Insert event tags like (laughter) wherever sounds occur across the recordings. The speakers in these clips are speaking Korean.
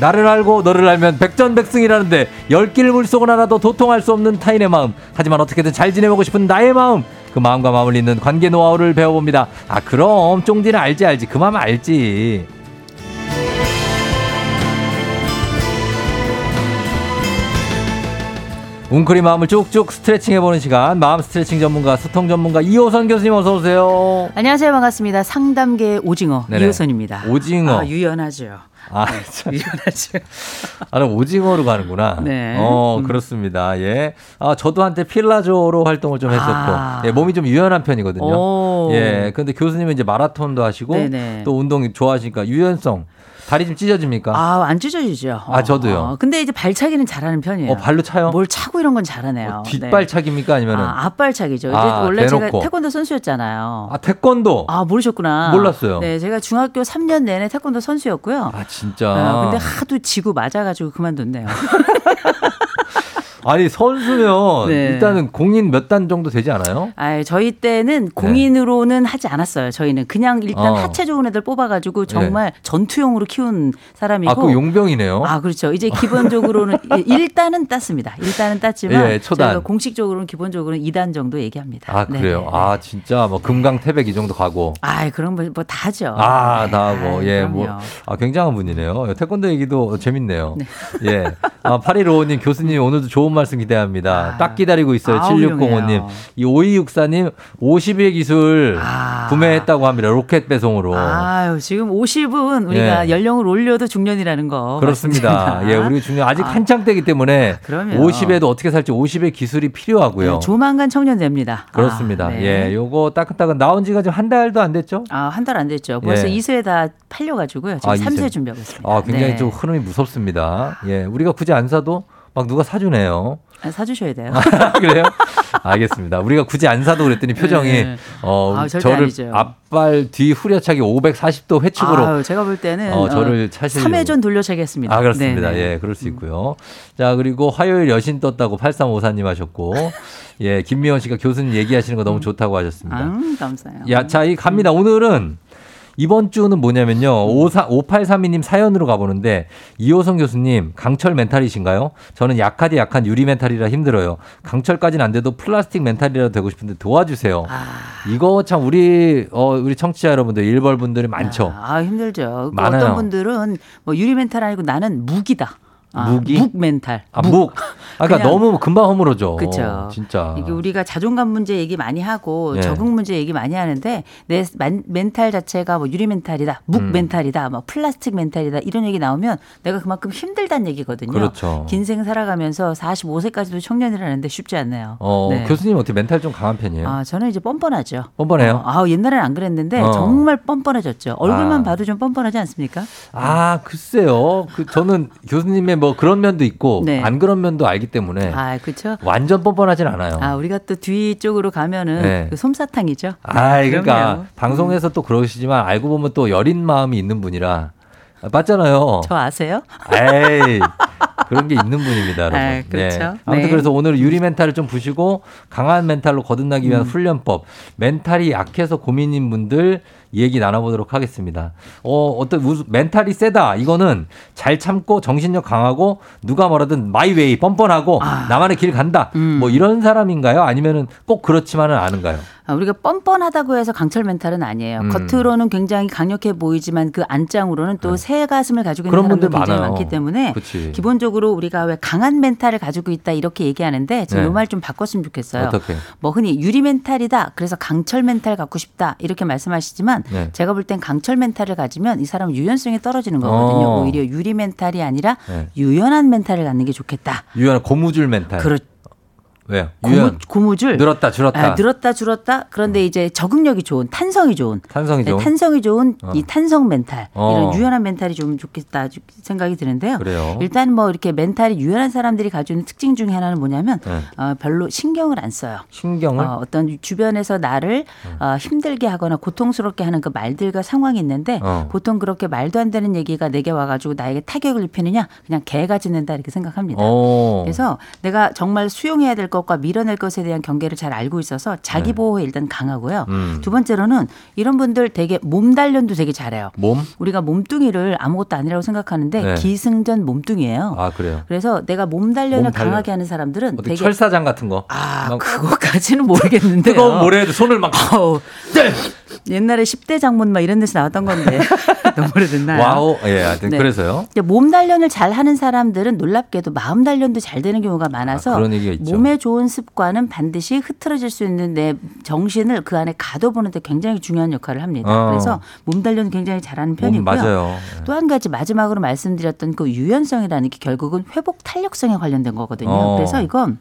나를 알고 너를 알면 백전백승이라는데 열길 물속은 알아도 도통할 수 없는 타인의 마음 하지만 어떻게든 잘 지내보고 싶은 나의 마음 그 마음과 마음을 잇는 관계 노하우를 배워봅니다 아 그럼 쫑디는 알지 알지 그 마음 알지 웅크린 마음을 쭉쭉 스트레칭해보는 시간 마음 스트레칭 전문가 소통 전문가 이호선 교수님 어서 오세요 안녕하세요. 반갑습니다. 상담계의 오징어 네네. 이호선입니다. 오징어. 아, 유연하죠. 아 네, (laughs) 참. 유연하죠. 아, 그럼 오징어로 가는구나. 네. 어, 음. 그렇습니다. 예. 아, 저도 한때 필라조로 활동을 좀 했었고, 아. 예, 몸이 좀 유연한 편이거든요. 오. 예. 근데 교수님은 이제 마라톤도 하시고, 네네. 또 운동 좋아하시니까 유연성. 다리 좀 찢어집니까? 아, 안 찢어지죠. 아, 저도요. 어, 근데 이제 발차기는 잘하는 편이에요. 어, 발로 차요? 어, 뭘 차고 이런 건 네. 잘하네요. 네. 뒷발차기입니까? 아니면은? 아, 앞발차기죠. 이제 아, 원래 대놓고. 제가 태권도 선수였잖아요. 아, 태권도. 아, 모르셨구나. 몰랐어요. 네, 제가 중학교 3년 내내 태권도 선수였고요. 아, 진짜. 아, 근데 하도 지고 맞아가지고 그만뒀네요. 아니, 선수면 네. 일단은 공인 몇 단 정도 되지 않아요? 아, 저희 때는 공인으로는 하지 않았어요. 저희는 그냥 일단 네. 어. 네. 하체 좋은 애들 뽑아가지고 정말 전투용으로 키운 사람이고. 아, 그 용병이네요. 아, 그렇죠. 이제 기본적으로는 (laughs) 예, 일단은 땄습니다. 일단은 땄지만 예, 초단. 저희가 공식적으로는 기본적으로는 2단 정도 얘기합니다. 아, 그래요? 네네. 아, 진짜 뭐 금강태백 이 정도 가고. 아이, 그런 뭐다 하죠. 아, 네. 나 뭐, 아이, 예, 그럼요. 뭐. 아, 굉장한 분이네요. 태권도 얘기도 재밌네요. 예. 아, 8155님, 교수님, 오늘도 좋은 말씀 기대합니다. 아. 딱 기다리고 있어요. 아우, 7605님. 훌륭해요. 이 5264님, 50의 기술 아. 구매했다고 합니다. 로켓 배송으로. 아유, 지금 50은 우리가 뭐. 예. 연령을 올려도 중년이라는 거. 그렇습니다. 말씀드립니다. 예, 우리 중요 아직 아. 한창 때기 때문에 그럼요. 50에도 어떻게 살지 50의 기술이 네, 필요하고요. 조만간 청년 됩니다. 아, 그렇습니다. 네. 예, 요거 따끈따끈 나온 지가 지금 한 달도 안 됐죠? 아, 한 달 안 됐죠. 벌써 예. 2쇄 다 팔려가지고요. 지금 아, 2쇄. 3쇄 준비하고 있습니다. 아, 굉장히 네. 좀 흐름이 무섭습니다. 예, 우리가 굳이 안 사도 막 누가 사주네요. 아, 사주셔야 돼요. (laughs) 그래요? 알겠습니다. 우리가 굳이 안 사도 그랬더니 표정이 네. 어 아, 절대 저를 아니죠. 앞발 뒤 후려차기 540도 회축으로 아유, 제가 볼 때는 어, 저를 차시려고. 3회전 돌려차기 했습니다. 아 그렇습니다. 네네. 음. 예, 그럴 수 있고요. 자 그리고 화요일 여신 떴다고 8354님 하셨고 예 김미원 씨가 교수님 얘기하시는 거 너무 좋다고 하셨습니다. 예, 아, 감사해요. 야, 자, 이 갑니다. 오늘은 이번 주는 뭐냐면요. 음. 54, 5832님 사연으로 가보는데, 이호성 교수님, 강철 멘탈이신가요? 저는 약하디 약한 유리 멘탈이라 힘들어요. 강철까지는 안 돼도 플라스틱 멘탈이라도 되고 싶은데 도와주세요. 아. 이거 참 우리, 어, 우리 청취자 여러분들, 일벌 분들이 많죠. 아, 힘들죠. 그 많아요. 어떤 분들은 뭐 유리 멘탈 아니고 나는 무기다. 아, 무기? 묵 멘탈. 아, 묵. 아, 그러니까 그냥- 너무 금방 허물어져. 그렇죠. 진짜. 이게 우리가 자존감 문제 얘기 많이 하고 예. 적응 문제 얘기 많이 하는데 내 만- 멘탈 자체가 뭐 유리 멘탈이다, 묵 음. 멘탈이다, 뭐 플라스틱 멘탈이다 이런 얘기 나오면 내가 그만큼 힘들다는 얘기거든요. 그렇죠. 긴 생 살아가면서 45세까지도 청년이라는데 쉽지 않네요. 어, 네. 교수님 어떻게 멘탈 좀 강한 편이에요? 아, 저는 이제 뻔뻔하죠. 뻔뻔해요? 어, 아, 옛날엔 안 그랬는데 네. 어. 정말 뻔뻔해졌죠. 얼굴만 아. 봐도 좀 뻔뻔하지 않습니까? 아, 글쎄요. 그 저는 교수님의 뭐 그런 면도 있고 네. 안 그런 면도 알기 때문에 아, 그렇죠. 완전 뻔뻔하진 않아요. 아, 우리가 또 뒤쪽으로 가면은 어. 네. 그 솜사탕이죠. 아, 이 그러니까 그럼요. 방송에서 또 그러시지만 알고 보면 또 여린 마음이 있는 분이라 아, 맞잖아요. 저 아세요? 에이. 그런 게 있는 분입니다, 여러분. 아, 그렇죠. 네. 아무튼 네. 그래서 오늘 유리 멘탈을 좀 부시고 강한 멘탈로 거듭나기 음. 위한 훈련법, 멘탈이 약해서 고민인 분들 얘기 나눠보도록 하겠습니다. 어, 어떤 우스- 멘탈이 세다 이거는 잘 참고 정신력 강하고 누가 뭐라든 마이웨이 뻔뻔하고 아. 나만의 길 간다 음. 뭐 이런 사람인가요? 아니면은 꼭 그렇지만은 않은가요? 아, 우리가 뻔뻔하다고 해서 강철 멘탈은 아니에요. 음. 겉으로는 굉장히 강력해 보이지만 그 안장으로는 또 새 가슴을 가지고 있는 네. 그런 분들 사람들 굉장히 많아요. 많기 때문에 그치. 기본적으로 우리가 왜 강한 멘탈을 가지고 있다 이렇게 얘기하는데 네. 저는 요 말 좀 바꿨으면 좋겠어요. 어떻게? 뭐 흔히 유리 멘탈이다. 그래서 강철 멘탈 갖고 싶다. 이렇게 말씀하시지만 네. 제가 볼 땐 강철 멘탈을 가지면 이 사람 유연성이 떨어지는 거거든요. 어. 오히려 유리 멘탈이 아니라 네. 유연한 멘탈을 갖는 게 좋겠다. 유연한 고무줄 멘탈. 그렇 왜? 고무, 네. 유연. 고무줄 늘었다 줄었다. 아, 늘었다 줄었다. 그런데 이제 적응력이 좋은 탄성이 좋은 탄성이 네, 좋은. 탄성이 좋은 어. 이 탄성 멘탈 어. 이런 유연한 멘탈이 좀 좋겠다 주- 생각이 (laughs) 드는데요. 그래요. 일단 뭐 이렇게 멘탈이 유연한 사람들이 가지고 있는 특징 중에 하나는 뭐냐면 네. 어, 별로 신경을 안 써요. 신경을 어, 어떤 주변에서 나를 어, 힘들게 하거나 고통스럽게 하는 그 말들과 상황이 있는데 어. 보통 그렇게 말도 안 되는 얘기가 내게 와가지고 나에게 타격을 입히느냐 그냥 개가 짖는다 이렇게 생각합니다. 어. 그래서 내가 정말 수용해야 될 것과 밀어낼 것에 대한 경계를 잘 알고 있어서 자기 보호에 일단 강하고요. 네. 음. 두 번째로는 이런 분들 되게 몸 단련도 되게 잘해요. 몸? 우리가 몸뚱이를 아무것도 아니라고 생각하는데 네. 기승전 몸뚱이에요. 아, 그래요. 그래서 내가 몸 단련을 몸 단련. 강하게 하는 사람들은 어떻게 어. 되게 철사장 같은 거. 아 막 그거까지는 모르겠는데 (laughs) 뜨거운 모래에도 손을 (laughs) 막 아우, 네. 옛날에 10대 장문 막 이런 데서 나왔던 건데 (laughs) 너무 오래됐나요? 와우. 예, 하여튼 네. 그래서요. 근데 몸 단련을 잘 하는 사람들은 놀랍게도 마음 단련도 잘 되는 경우가 많아서 아, 그런 얘기가 있죠. 몸에 좋은 습관은 반드시 흐트러질 수 있는 내 정신을 그 안에 가둬보는데 굉장히 중요한 역할을 합니다. 어. 그래서 몸 단련 굉장히 잘하는 몸 편이고요. 맞아요. 또 한 가지 마지막으로 말씀드렸던 그 유연성이라는 게 결국은 회복 탄력성에 관련된 거거든요. 어. 그래서 이건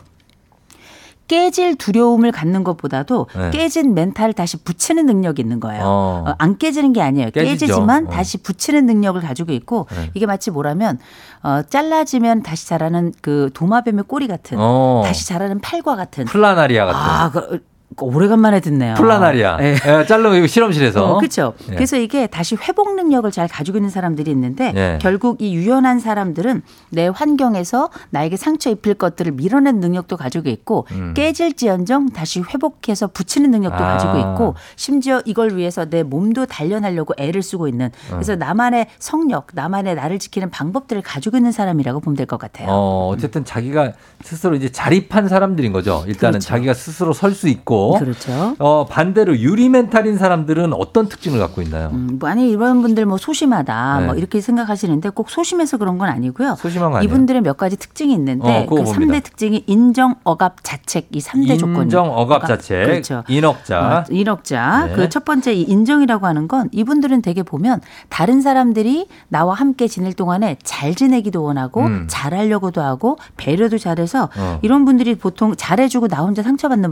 깨질 두려움을 갖는 것보다도 네. 깨진 멘탈을 다시 붙이는 능력이 있는 거예요. 어. 어, 안 깨지는 게 아니에요. 깨지죠. 지만 어. 다시 붙이는 능력을 가지고 있고 네. 이게 마치 뭐라면 어, 잘라지면 다시 자라는 그 도마뱀의 꼬리 같은 어. 네. 다시 자라는 팔과 같은 플라나리아 같은. 아, 그, 그 오래간만에 듣네요. 플라나리아. 예. 예, 자르면 이거 실험실에서. 어, 그렇죠. 예. 그래서 이게 다시 회복 능력을 잘 가지고 있는 사람들이 있는데 예. 결국 이 유연한 사람들은 내 환경에서 나에게 상처 입힐 것들을 밀어낸 능력도 가지고 있고 음. 깨질지언정 다시 회복해서 붙이는 능력도 아. 가지고 있고 심지어 이걸 위해서 내 몸도 단련하려고 애를 쓰고 있는 어. 그래서 나만의 성력, 나만의 나를 지키는 방법들을 가지고 있는 사람이라고 보면 될 것 같아요. 어, 어쨌든 자기가 스스로 이제 자립한 사람들인 거죠. 일단은 그렇죠. 자기가 스스로 설 수 있고. 그렇죠. 어, 반대로 유리 멘탈인 사람들은 어떤 특징을 갖고 있나요? 음, 뭐 아니 이런 분들 뭐 소심하다 네. 뭐 이렇게 생각하시는데 꼭 소심해서 그런 건 아니고요. 소심한 거 아니에요? 이분들의 몇 가지 특징이 있는데 어, 그 그거 봅니다. 3대 특징이 인정, 억압, 자책 이 3대 조건. 인정 억압 자체, 그렇죠. 인억자. 어, 인억자. 네. 그 첫 번째 이 인정이라고 하는 건 이분들은 되게 보면 다른 사람들이 나와 함께 지낼 동안에 잘 지내기도 원하고 음. 잘하려고도 하고 배려도 잘해서 어. 이런 분들이 보통 잘해주고 나 혼자 상처받는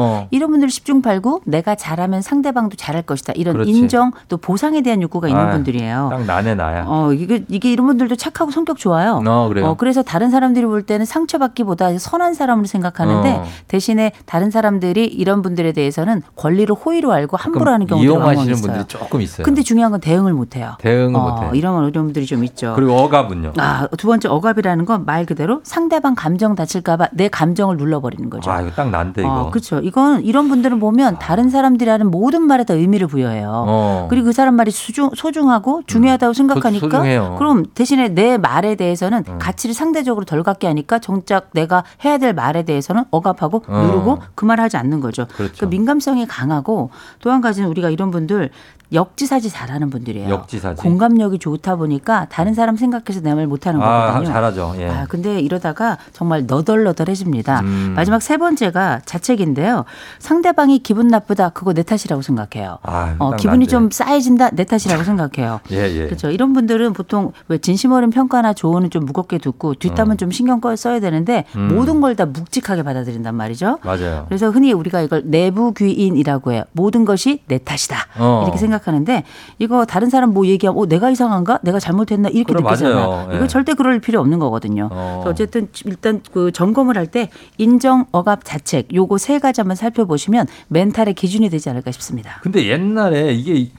어. 이런 분들 십중팔구 내가 잘하면 상대방도 잘할 것이다. 이런 그렇지. 인정 또 보상에 대한 욕구가 있는 아, 분들이에요. 딱 나네 나야. 어 이게 이게 이런 분들도 착하고 성격 좋아요. 어, 그래요? 래서 다른 사람들이 볼 때는 상처받기보다 선한 사람으로 생각하는데 어. 대신에 다른 사람들이 이런 분들에 대해서는 권리를 호의로 알고 함부로 하는 경우가 왕왕 이용하시는 있어요. 분들이 조금 있어요. 근데 중요한 건 대응을 못 해요. 어, 대응을 못해요. 이런 어려움들이 좀 있죠. 그리고 억압은요. 아, 두 번째 억압이라는 건 말 그대로 상대방 감정 다칠까봐 내 감정을 눌러버리는 거죠. 아, 이거 딱 난데 이거. 아. 어, 그렇죠. 이건 이런 분들은 보면 다른 사람들이 하는 모든 말에 다 의미를 부여해요. 어. 음. 그리고 그 사람 말이 수중, 소중하고 중요하다고 생각하니까 소- 소중해요. 음. 그럼 대신에 내 말에 대해서는 가치를 상대적으로 덜 갖게 하니까 정작 내가 해야 될 말에 대해서는 억압하고 어. 누르고 그 말을 하지 않는 거죠. 그렇죠. 그 민감성이 강하고 또 한 가지는 우리가 이런 분들 역지사지 잘하는 분들이에요. 역지사지. 공감력이 좋다 보니까 다른 사람 생각해서 내 말 못하는 아, 거거든요. 잘하죠. 예. 아, 근데 이러다가 정말 너덜너덜해집니다. 음. 마지막 세 번째가 자책인데요. 상대방이 기분 나쁘다. 그거 내 탓이라고 생각해요. 아, 어, 딱 기분이 난데. 좀 싸해진다. 내 탓이라고 (laughs) 생각해요. 예, 예. 그렇죠. 이런 분들은 보통 왜 진심 어린 평가나 조언은 좀 무겁게 듣고 음. 뒷담은 좀 신경 꺼- 써야 되는데 모든 걸 다 묵직하게 받아들인단 말이죠. 맞아요. 그래서 흔히 우리가 이걸 내부 귀인이라고 해요. 모든 것이 내 탓이다. 어. 이렇게 생각하는데 이거 다른 사람 뭐 얘기하면 어, 내가 이상한가? 내가 잘못했나? 이렇게 그럼 느끼잖아. 맞아요. 예. 이거 절대 그럴 필요 없는 거거든요. 어. 그래서 어쨌든 일단 그 점검을 할 때 인정, 억압, 자책 요거 세 가지 한번 살펴보시면 멘탈의 기준이 되지 않을까 싶습니다. 근데 옛날에 이게 이-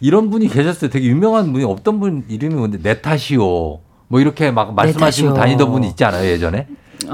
이런 분이 계셨어요. 되게 유명한 분이 없던 분 이름이 뭔데 내 탓이오. 뭐 이렇게 막 말씀하시고 탓이오. 다니던 분 있지 않아요 예전에?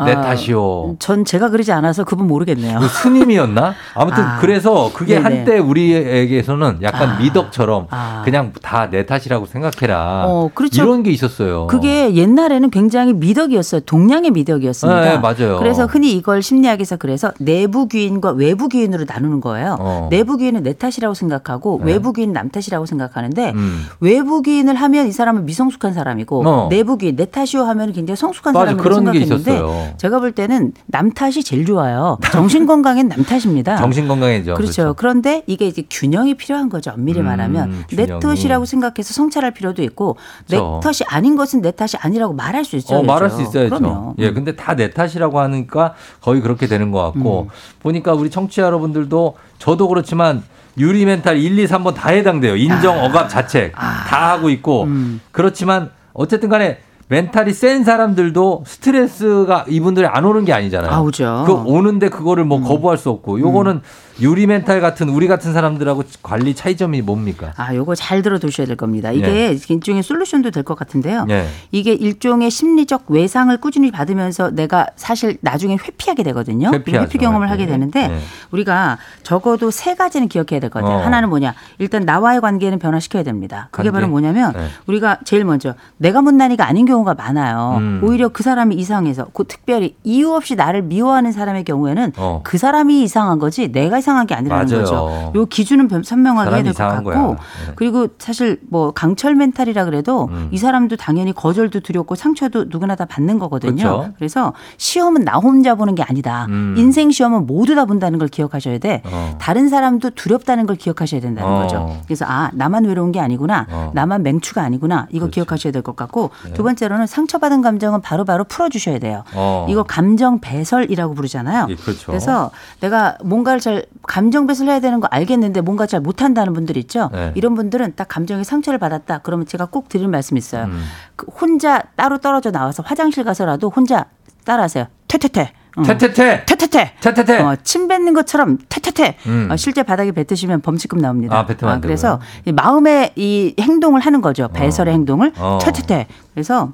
내 아, 탓이오. 전 제가 그러지 않아서 그분 모르겠네요. 그 스님이었나? 아무튼 아, 그래서 그게 네네. 한때 우리에게서는 약간 아, 미덕처럼 아. 그냥 다 내 탓이라고 생각해라. 어, 그렇죠. 이런 게 있었어요. 그게 옛날에는 굉장히 미덕이었어요. 동양의 미덕이었습니다. 네, 네, 맞아요. 그래서 흔히 이걸 심리학에서 그래서 내부 귀인과 외부 귀인으로 나누는 거예요. 어. 내부 귀인은 내 탓이라고 생각하고 네. 외부 귀인 남 탓이라고 생각하는데 음. 외부 귀인을 하면 이 사람은 미성숙한 사람이고 어. 내부 귀인 내 탓이요 하면 굉장히 성숙한 맞아, 사람이라고 그런 게 생각했는데 있었어요. 맞아요. 제가 볼 때는 남 탓이 제일 좋아요. 정신 건강엔 남 탓입니다. 정신 건강이죠. 그렇죠. 그런데 이게 이제 균형이 필요한 거죠. 엄밀히 음, 말하면 내 균형이. 탓이라고 생각해서 성찰할 필요도 있고 그렇죠. 내 탓이 아닌 것은 내 탓이 아니라고 말할 수 있어요. 어, 말할 수 있어야죠. 그럼요. 음. 예, 근데 다 내 탓이라고 하니까 거의 그렇게 되는 것 같고 음. 보니까 우리 청취자 여러분들도 저도 그렇지만 유리 멘탈 1, 2, 3번 다 해당돼요. 아. 인정, 억압, 자책 다 하고 있고 음. 그렇지만 어쨌든 간에 멘탈이 센 사람들도 스트레스가 이분들이 안 오는 게 아니잖아요. 아, 오죠. 음. 그 오는데 그거를 뭐 거부할 수 없고 요거는 유리 멘탈 같은 우리 같은 사람들하고 관리 차이점이 뭡니까? 아, 요거 잘 들어두셔야 될 겁니다. 네. 이게 일종의 솔루션도 될 것 같은데요. 예. 이게 일종의 심리적 외상을 꾸준히 받으면서 내가 사실 나중에 회피하게 되거든요. 그리고 회피하죠, 회피 경험을 하게 회피. 되는데 네. 우리가 적어도 세 가지는 기억해야 될 것 같아요. 어. 하나는 뭐냐? 일단 나와의 관계는 변화시켜야 됩니다. 관계? 그게 바로 뭐냐면 네. 우리가 제일 먼저 내가 못난이가 아닌 경우가 많아요. 음. 오히려 그 사람이 이상해서 그 특별히 이유 없이 나를 미워하는 사람의 경우에는 어. 그 사람이 이상한 거지 내가 이상한 게 아니라는 맞아요. 거죠. 요 기준은 변- 선명하게 해야 사람이 될 것 이상한 같고 거야. 네. 그리고 사실 뭐 강철 멘탈이라 그래도 음. 이 사람도 당연히 거절도 두렵고 상처도 누구나 다 받는 그쵸. 거거든요. 그래서 시험은 나 혼자 보는 게 아니다. 그렇죠. 음. 인생 시험은 모두 다 본다는 걸 기억하셔야 돼. 어. 다른 사람도 두렵다는 걸 기억하셔야 된다는 어. 거죠. 그래서 아 나만 외로운 게 아니구나, 어. 네. 나만 맹추가 아니구나 이거 기억하셔야 될 것 같고 두 번째로는 상처받은 감정은 바로바로 풀어주셔야 돼요. 어. 이거 감정 배설이라고 부르잖아요. 예, 그렇죠. 그래서 내가 뭔가를 잘 감정 배설해야 되는 거 알겠는데 뭔가 잘 못한다는 분들 있죠. 네. 이런 분들은 딱 감정에 상처를 받았다. 그러면 제가 꼭 드리는 말씀이 있어요. 음. 그 혼자 따로 떨어져 나와서 화장실 가서라도 혼자 따라하세요. 퇴퇴퇴. 응. 퇴퇴퇴 퇴퇴퇴. 퇴퇴퇴 어, 침 뱉는 것처럼 퇴퇴퇴. 음. 어, 실제 바닥에 뱉으시면 범칙금 나옵니다. 아, 뱉으면 안 되고요. 그래서 이 마음의 이 행동을 하는 거죠. 배설의 행동을 어. 퇴퇴퇴. 그래서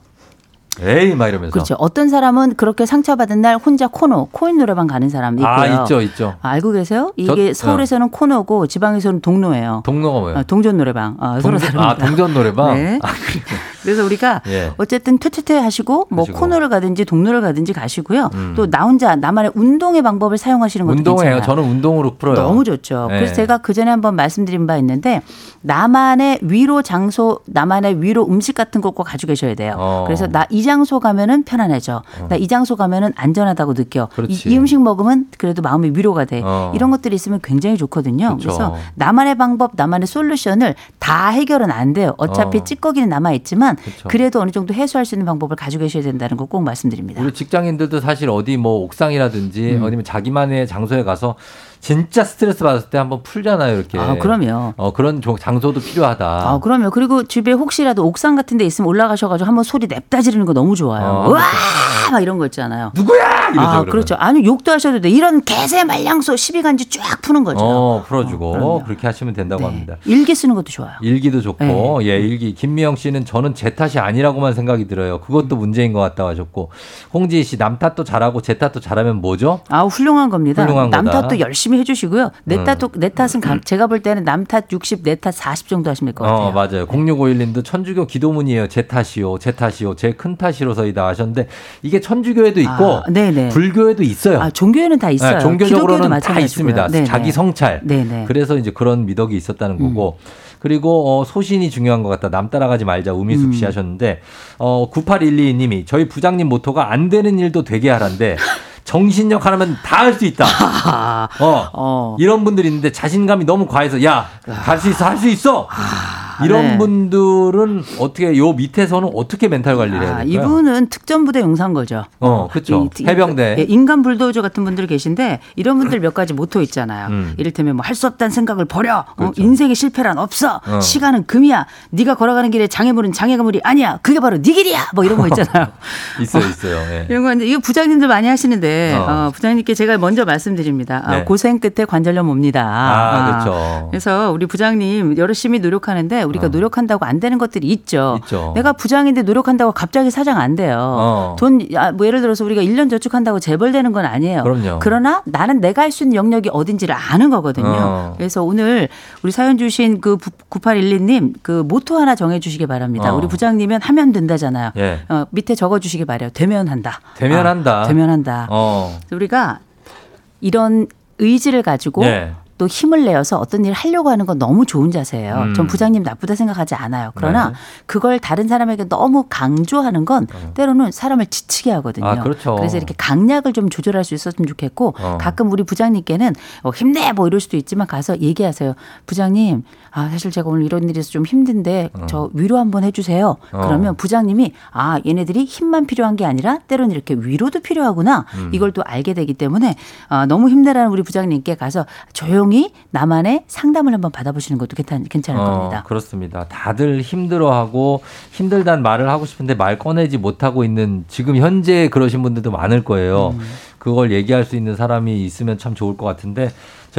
에이 막 이러면서 그렇죠. 어떤 사람은 그렇게 상처받은 날 혼자 코노, 코인 노래방 가는 사람 있고요. 아 있죠 있죠 아, 알고 계세요? 이게 저- 어. 서울에서는 코너고 지방에서는 동로예요. 동료가 뭐예요? 아, 동전 노래방. 아, 서로 동전- 다릅니다. 아 동전 노래방 네. 아, 그래요. 그래서 우리가 예. 어쨌든 퇴퇴퇴 하시고 뭐 하시고. 코너를 가든지 동로를 가든지 가시고요. 음. 또 나 혼자 나만의 운동의 방법을 사용하시는 것도 운동해요. 뭐 괜찮아요. 저는 운동으로 풀어요. 너무 좋죠. 네. 그래서 제가 그 전에 한번 말씀드린 바 있는데 나만의 위로 장소, 나만의 위로 음식 같은 것과 가지고 계셔야 돼요. 어. 그래서 나 이 장소 가면은 편안해져. 나 이 장소 가면은 안전하다고 느껴. 이, 그렇지. 이 음식 먹으면 그래도 마음이 위로가 돼. 어. 이런 것들이 있으면 굉장히 좋거든요. 그쵸. 그래서 나만의 방법, 나만의 솔루션을 다 해결은 안 돼요. 어차피 어. 찌꺼기는 남아 있지만 그쵸. 그래도 어느 정도 해소할 수 있는 방법을 가지고 계셔야 된다는 걸 꼭 말씀드립니다. 우리 직장인들도 사실 어디 뭐 옥상이라든지 음. 어디면 자기만의 장소에 가서 진짜 스트레스 받았을 때 한번 풀잖아요 이렇게. 아, 그럼요. 어, 그런 조- 장소도 필요하다. 아, 그럼요. 그리고 집에 혹시라도 옥상 같은 데 있으면 올라가셔가지고 한번 소리 냅다 지르는 거 너무 좋아요. 아, 우와! 막 이런 거 있잖아요. 누구야? 이러죠. 아, 그러면. 그렇죠. 아니, 욕도 하셔도 돼. 이런 개새 말량소 시비간지 쫙 푸는 거죠. 어 풀어주고 그렇죠. 그럼요. 그렇게 하시면 된다고 네. 합니다. 예. 일기 쓰는 것도 좋아요. 일기도 좋고 네. 예 일기 김미영 씨는 저는 제 탓이 아니라고만 생각이 들어요. 음. 그것도 문제인 것 같다 하셨고 홍지희 씨 남 탓도 잘하고 제 탓도 잘하면 뭐죠? 아, 훌륭한 겁니다. 훌륭한 남 거다. 음. 탓도 열심히 해주시고요. 내 탓도, 내 탓은 가- 제가 볼 때는 남 탓 60, 내 탓 40 정도 하시면 될 것 같아요. 어 맞아요. 0651님도 천주교 기도문이에요. 제 탓이요, 제 탓이요, 제 큰 탓이로서이다 하셨는데 이게 천주교에도 있고 아, 네네. 불교에도 있어요. 아, 종교에는 다 있어요. 네, 기독교도 종교적으로는 다 마찬가지고요. 있습니다. 네네. 자기 성찰. 네네. 그래서 이제 그런 미덕이 있었다는 거고. 그리고 어, 소신이 중요한 것 같다. 남 따라가지 말자. 우미숙 씨 하셨는데 어, 98122님이 저희 부장님 모토가 안 되는 일도 되게 하란데 정신력 하나면 다 할 수 있다. 아, 어, 어. 이런 분들이 있는데 자신감이 너무 과해서 야 할 수 있어 할 수 있어 이런 네. 분들은 어떻게 요 밑에서는 어떻게 멘탈 관리를 해야 아, 될까요? 이분은 특전 부대 용사인 거죠. 어 그렇죠 이- 이- 해병대 예, 인간 불도저 같은 분들 계신데 이런 분들 몇 가지 모토 있잖아요. 음. 이를테면 뭐 할 수 없다는 생각을 버려. 어, 그렇죠. 인생의 실패란 없어. 어. 시간은 금이야. 네가 걸어가는 길에 장애물은 장애물이 아니야. 그게 바로 네 길이야. 뭐 이런 거 (laughs) 있잖아요. 있어요 있어요 예. 이런 거 이제 이거 부장님들 많이 하시는데 어. 어, 부장님께 제가 먼저 말씀드립니다. 아, 네. 고생 끝에 관절염 옵니다. 아, 그렇죠. 그래서 우리 부장님 열심히 노력하는데 우리가 어. 노력한다고 안 되는 것들이 있죠. 있죠. 내가 부장인데 노력한다고 갑자기 사장 안 돼요. 어. 돈 아, 뭐 예를 들어서 우리가 1년 저축한다고 재벌되는 건 아니에요. 그럼요. 러나 나는 내가 할 수 있는 영역이 어딘지를 아는 거거든요. 어. 그래서 오늘 우리 사연 주신 그 9812님 그 모토 하나 정해 주시기 바랍니다. 어. 우리 부장님은 하면 된다잖아요. 예. 어, 밑에 적어 주시기 바래요. 되면 한다. 어, 대면한다. 아, 되면 한다. 어. 우리가 이런 의지를 가지고 예. 또 힘을 내어서 어떤 일을 하려고 하는 건 너무 좋은 자세예요. 음. 전 부장님 나쁘다 생각하지 않아요. 그러나 네. 어. 그걸 다른 사람에게 너무 강조하는 건 때로는 사람을 지치게 하거든요. 아, 그렇죠. 그래서 이렇게 강약을 좀 조절할 수 있었으면 좋겠고 어. 가끔 우리 부장님께는 어, 힘내 뭐 이럴 수도 있지만 가서 얘기하세요. 부장님, 아 사실 제가 오늘 이런 일이 있어서 좀 힘든데 저 위로 한번 해주세요. 어. 그러면 부장님이 아 얘네들이 힘만 필요한 게 아니라 때로는 이렇게 위로도 필요하구나 음. 이걸 또 알게 되기 때문에 아, 너무 힘내라는 우리 부장님께 가서 조용히 나만의 상담을 한번 받아보시는 것도 괜찮, 어, 괜찮을 겁니다. 그렇습니다. 다들 힘들어하고 힘들단 말을 하고 싶은데 말 꺼내지 못하고 있는 지금 현재 그러신 분들도 많을 거예요. 음. 그걸 얘기할 수 있는 사람이 있으면 참 좋을 것 같은데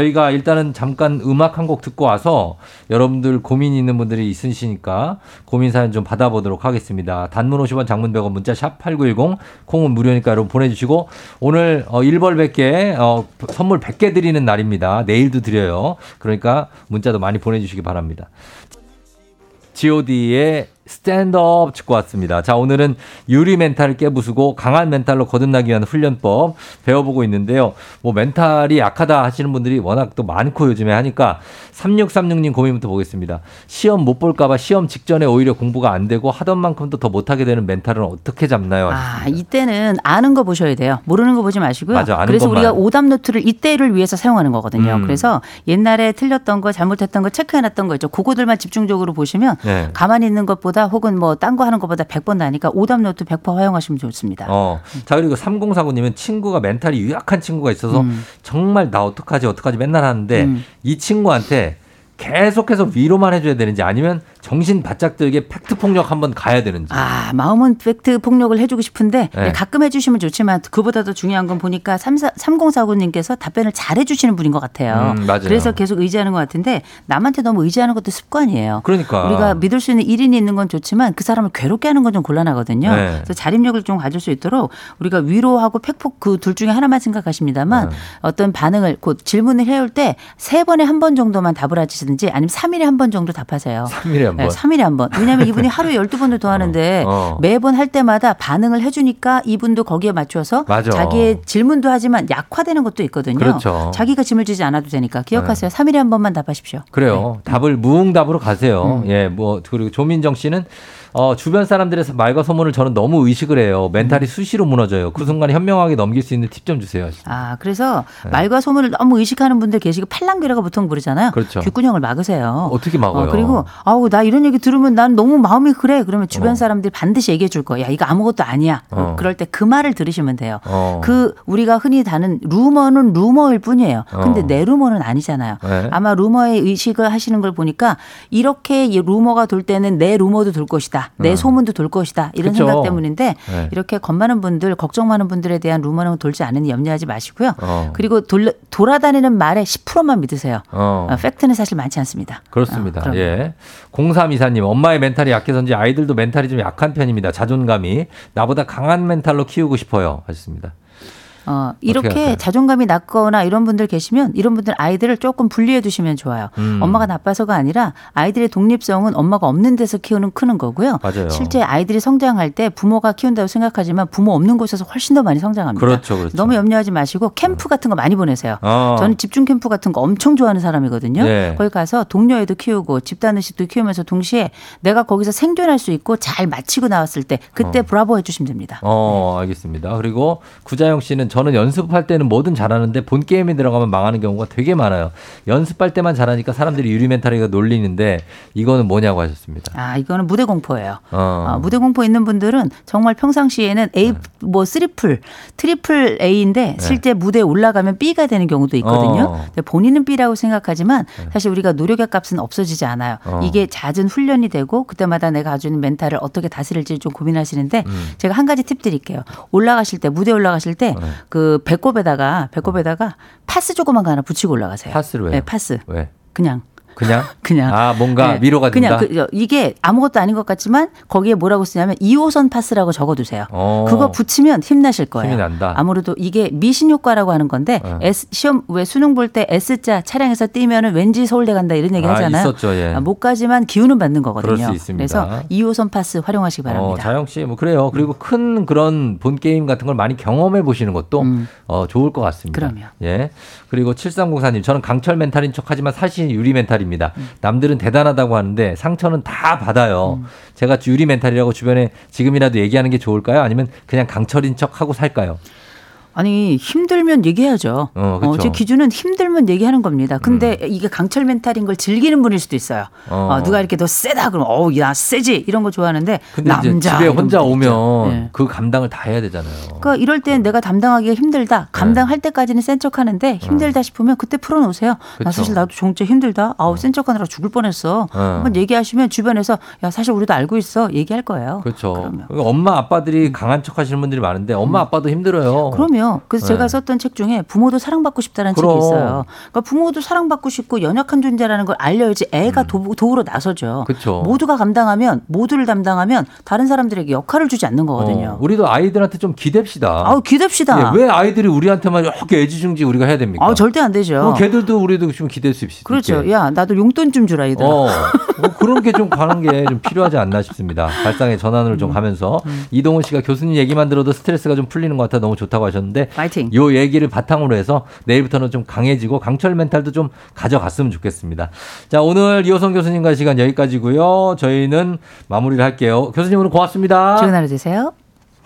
저희가 일단은 잠깐 음악 한 곡 듣고 와서 여러분들 고민 있는 분들이 있으시니까 고민 사연 좀 받아보도록 하겠습니다. 단문 50원 장문 100원 문자 샵 8910 콩은 무료니까 여러분 보내주시고 오늘 어, 1벌 100개 어, 선물 100개 드리는 날입니다. 내일도 드려요. 그러니까 문자도 많이 보내주시기 바랍니다. god의 스탠드업 듣고 왔습니다. 자, 오늘은 유리 멘탈을 깨부수고 강한 멘탈로 거듭나기 위한 훈련법 배워보고 있는데요. 뭐 멘탈이 약하다 하시는 분들이 워낙 또 많고 요즘에 하니까 3636님 고민부터 보겠습니다. 시험 못 볼까봐 시험 직전에 오히려 공부가 안 되고 하던 만큼도 더 못하게 되는 멘탈은 어떻게 잡나요? 아, 이때는 아는 거 보셔야 돼요. 모르는 거 보지 마시고요. 맞아, 아는 그래서 것만. 우리가 오답 노트를 이때를 위해서 사용하는 거거든요. 음. 그래서 옛날에 틀렸던 거, 잘못했던 거, 체크해놨던 거 있죠. 그거들만 집중적으로 보시면 네. 가만히 있는 것보다 혹은 뭐 딴 거 하는 것보다 100번 나니까 오답 노트 100% 사용하시면 좋습니다. 어. 자, 그리고 3049님은 친구가 멘탈이 유약한 친구가 있어서 음. 정말 나 어떡하지, 어떡하지 맨날 하는데 이 친구한테 계속해서 위로만 해줘야 되는지 아니면 정신 바짝 들게 팩트 폭력 한번 가야 되는지. 아, 마음은 팩트 폭력을 해주고 싶은데 네. 가끔 해주시면 좋지만 그보다 더 중요한 건 보니까 3049님께서 답변을 잘 해주시는 분인 것 같아요. 음, 맞아요. 그래서 계속 의지하는 것 같은데 남한테 너무 의지하는 것도 습관이에요. 그러니까. 우리가 믿을 수 있는 1인이 있는 건 좋지만 그 사람을 괴롭게 하는 건 좀 곤란하거든요. 네. 그래서 자립력을 좀 가질 수 있도록 우리가 위로하고 팩폭 그 둘 중에 하나만 생각하십니다만 네. 어떤 반응을 곧 질문을 해올 때 세 번에 한 번 정도만 답을 하시든지 아니면 3일에 한 번 정도 답하세요. 3일에 한 번. 네, 3일에 한 번. 왜냐하면 (laughs) 이분이 하루에 12번도 더 하는데 어. 매번 할 때마다 반응을 해주니까 이분도 거기에 맞춰서 맞아. 자기의 질문도 하지만 약화되는 것도 있거든요. 그렇죠. 네. 자기가 짐을 지지 않아도 되니까 기억하세요. 3일에 한 번만 답하십시오. 그래요. 네. 답을 무응답으로 가세요. 음. 예, 뭐 그리고 조민정 씨는 어, 주변 사람들에서 말과 소문을 저는 너무 의식을 해요. 멘탈이 음. 수시로 무너져요. 그 순간 현명하게 넘길 수 있는 팁 좀 주세요. 아, 그래서 네. 말과 소문을 너무 의식하는 분들 계시고 팔랑귀라고 보통 부르잖아요. 그렇죠. 귓구녕을 막으세요. 어떻게 막아요? 어, 그리고 아우 나 이런 얘기 들으면 난 너무 마음이 그래. 그러면 주변 사람들이 반드시 얘기해 줄 거야. 야, 이거 아무것도 아니야. 어. 그럴 때 그 말을 들으시면 돼요. 어. 그 우리가 흔히 다는 루머는 루머일 뿐이에요. 근데 어. 내 루머는 아니잖아요. 네. 아마 루머에 의식을 하시는 걸 보니까 이렇게 이 루머가 돌 때는 내 루머도 돌 것이다. 내 소문도 돌 것이다. 이런 음. 그쵸. 생각 때문인데 네. 이렇게 겁 많은 분들, 걱정 많은 분들에 대한 루머는 돌지 않으니 염려하지 마시고요. 어. 그리고 돌, 돌아다니는 말에 10%만 믿으세요. 어. 어, 팩트는 사실 많지 않습니다. 어, 그렇습니다. 그럼. 예. 0324님, 엄마의 멘탈이 약해서인지 아이들도 멘탈이 좀 약한 편입니다. 자존감이. 나보다 강한 멘탈로 키우고 싶어요. 하셨습니다. 어, 할까요? 이렇게 자존감이 낮거나 이런 분들 계시면 이런 분들 아이들을 조금 분리해 두시면 좋아요. 음. 엄마가 나빠서가 아니라 아이들의 독립성은 엄마가 없는 데서 키우는 크는 거고요. 맞아요. 실제 아이들이 성장할 때 부모가 키운다고 생각하지만 부모 없는 곳에서 훨씬 더 많이 성장합니다. 그렇죠, 그렇죠. 음, 음. 네. 너무 염려하지 마시고 캠프 같은 거 많이 보내세요. 어. 저는 집중 캠프 같은 거 엄청 좋아하는 사람이거든요. 네. 거기 가서 동료애도 키우고 집단 의식도 키우면서 동시에 내가 거기서 생존할 수 있고 잘 마치고 나왔을 때 그때 브라보 해주시면 됩니다. 어, 알겠습니다. 그리고 구자영 씨는 저는 연습할 때는 뭐든 잘하는데 본 게임에 들어가면 망하는 경우가 되게 많아요. 연습할 때만 잘하니까 사람들이 유리 멘탈이가 놀리는데 이거는 뭐냐고 하셨습니다. 아, 이거는 무대 공포예요. 어. 아, 무대 공포 있는 분들은 정말 평상시에는 A 뭐 쓰리플 트리플 A인데 실제 무대에 올라가면 B가 되는 경우도 있거든요. 어. 근데 본인은 B라고 생각하지만 사실 우리가 노력의 값은 없어지지 않아요. 어. 이게 잦은 훈련이 되고 그때마다 내가 가지고 있는 멘탈을 어떻게 다스릴지 좀 고민하시는데 제가 한 가지 팁 드릴게요. 올라가실 때 무대 올라가실 때 그 배꼽에다가 배꼽에다가 파스 조그만 거 하나 붙이고 올라가세요. 파스를 왜요? 네, 파스 왜? 그냥 그냥 (laughs) 그냥. 아 뭔가 네. 위로가 된다. 그냥 그, 이게 아무것도 아닌 것 같지만 거기에 뭐라고 쓰냐면 2호선 파스라고 적어두세요. 어. 그거 붙이면 힘나실 거예요. 힘이 난다. 아무래도 이게 미신 효과라고 하는 건데 어. S, 시험 왜 수능 볼 때 S자 차량에서 뛰면은 왠지 서울대 간다 이런 그 얘기 아, 하잖아요. 있었죠, 예. 아, 못 가지만 기운은 받는 거거든요. 그럴 수 있습니다. 래서 2호선 파스 활용하시기 바랍니다. 네. 어, 자영 씨, 뭐 그래요. 그리고 큰 그런 본 게임 같은 걸 많이 경험해 보시는 것도 어, 좋을 것 같습니다. 음. 그럼요. 예. 그리고 7304님, 저는 강철 멘탈인 척 하지만 사실 유리 멘탈입니다. 음. 남들은 대단하다고 하는데 상처는 다 받아요. 제가 유리 멘탈이라고 주변에 지금이라도 얘기하는 게 좋을까요? 아니면 그냥 강철인 척 하고 살까요? 아니 힘들면 얘기해야죠. 어, 그쵸. 음. 제 기준은 힘들면 얘기하는 겁니다. 근데 이게 강철 멘탈인 걸 즐기는 분일 수도 있어요. 어. 어, 누가 이렇게 더 세다 그러면 어우 나 세지 이런 거 좋아하는데 근데 이제 남자 집에 이런 혼자 분들 오면 있죠. 어. 예. 그 감당을 다 해야 되잖아요. 그러니까 이럴 땐 내가 담당하기가 네. 힘들다. 감당할 때까지는 센 척하는데 힘들다 싶으면 그때 풀어놓으세요. 어. 그쵸. 나 사실 나도 종짜 힘들다. 아우 센 척하느라 죽을 뻔했어. 어. 한번 얘기하시면 주변에서 야 사실 우리도 알고 있어 얘기할 거예요. 그렇죠. 그러면. 엄마 아빠들이 강한 척 하시는 분들이 많은데 엄마 아빠도 힘들어요. 그럼요. 그래서 네. 제가 썼던 책 중에 부모도 사랑받고 싶다는 그럼. 책이 있어요. 그러니까 부모도 사랑받고 싶고 연약한 존재라는 걸 알려야지 애가 도, 도우러 나서죠. 음. 그쵸. 모두가 감당하면 모두를 담당하면 다른 사람들에게 역할을 주지 않는 어, 거거든요. 우리도 아이들한테 좀 기댑시다. 아우 기댑시다. 예, 왜 아이들이 우리한테만 이렇게 애지중지 우리가 해야 됩니까? 아우 절대 안 되죠. 그럼 걔들도 우리도 좀 기댈 수 있을 그렇죠. 있게. 야 나도 용돈 좀 주라 이들. 어, 뭐 그런 게 좀 가는 게 좀 필요하지 않나 싶습니다. 발상의 전환을 음. 좀 가면서 이동훈 씨가 교수님 얘기만 들어도 스트레스가 좀 풀리는 것 같아 너무 좋다고 하셨는데 파이팅. 요 얘기를 바탕으로 해서 내일부터는 좀 강해지고 강철 멘탈도 좀 가져갔으면 좋겠습니다. 자 오늘 이호성 교수님과 의 시간 여기까지고요. 저희는 마무리를 할게요. 교수님 오늘 고맙습니다. 좋은 하루 되세요.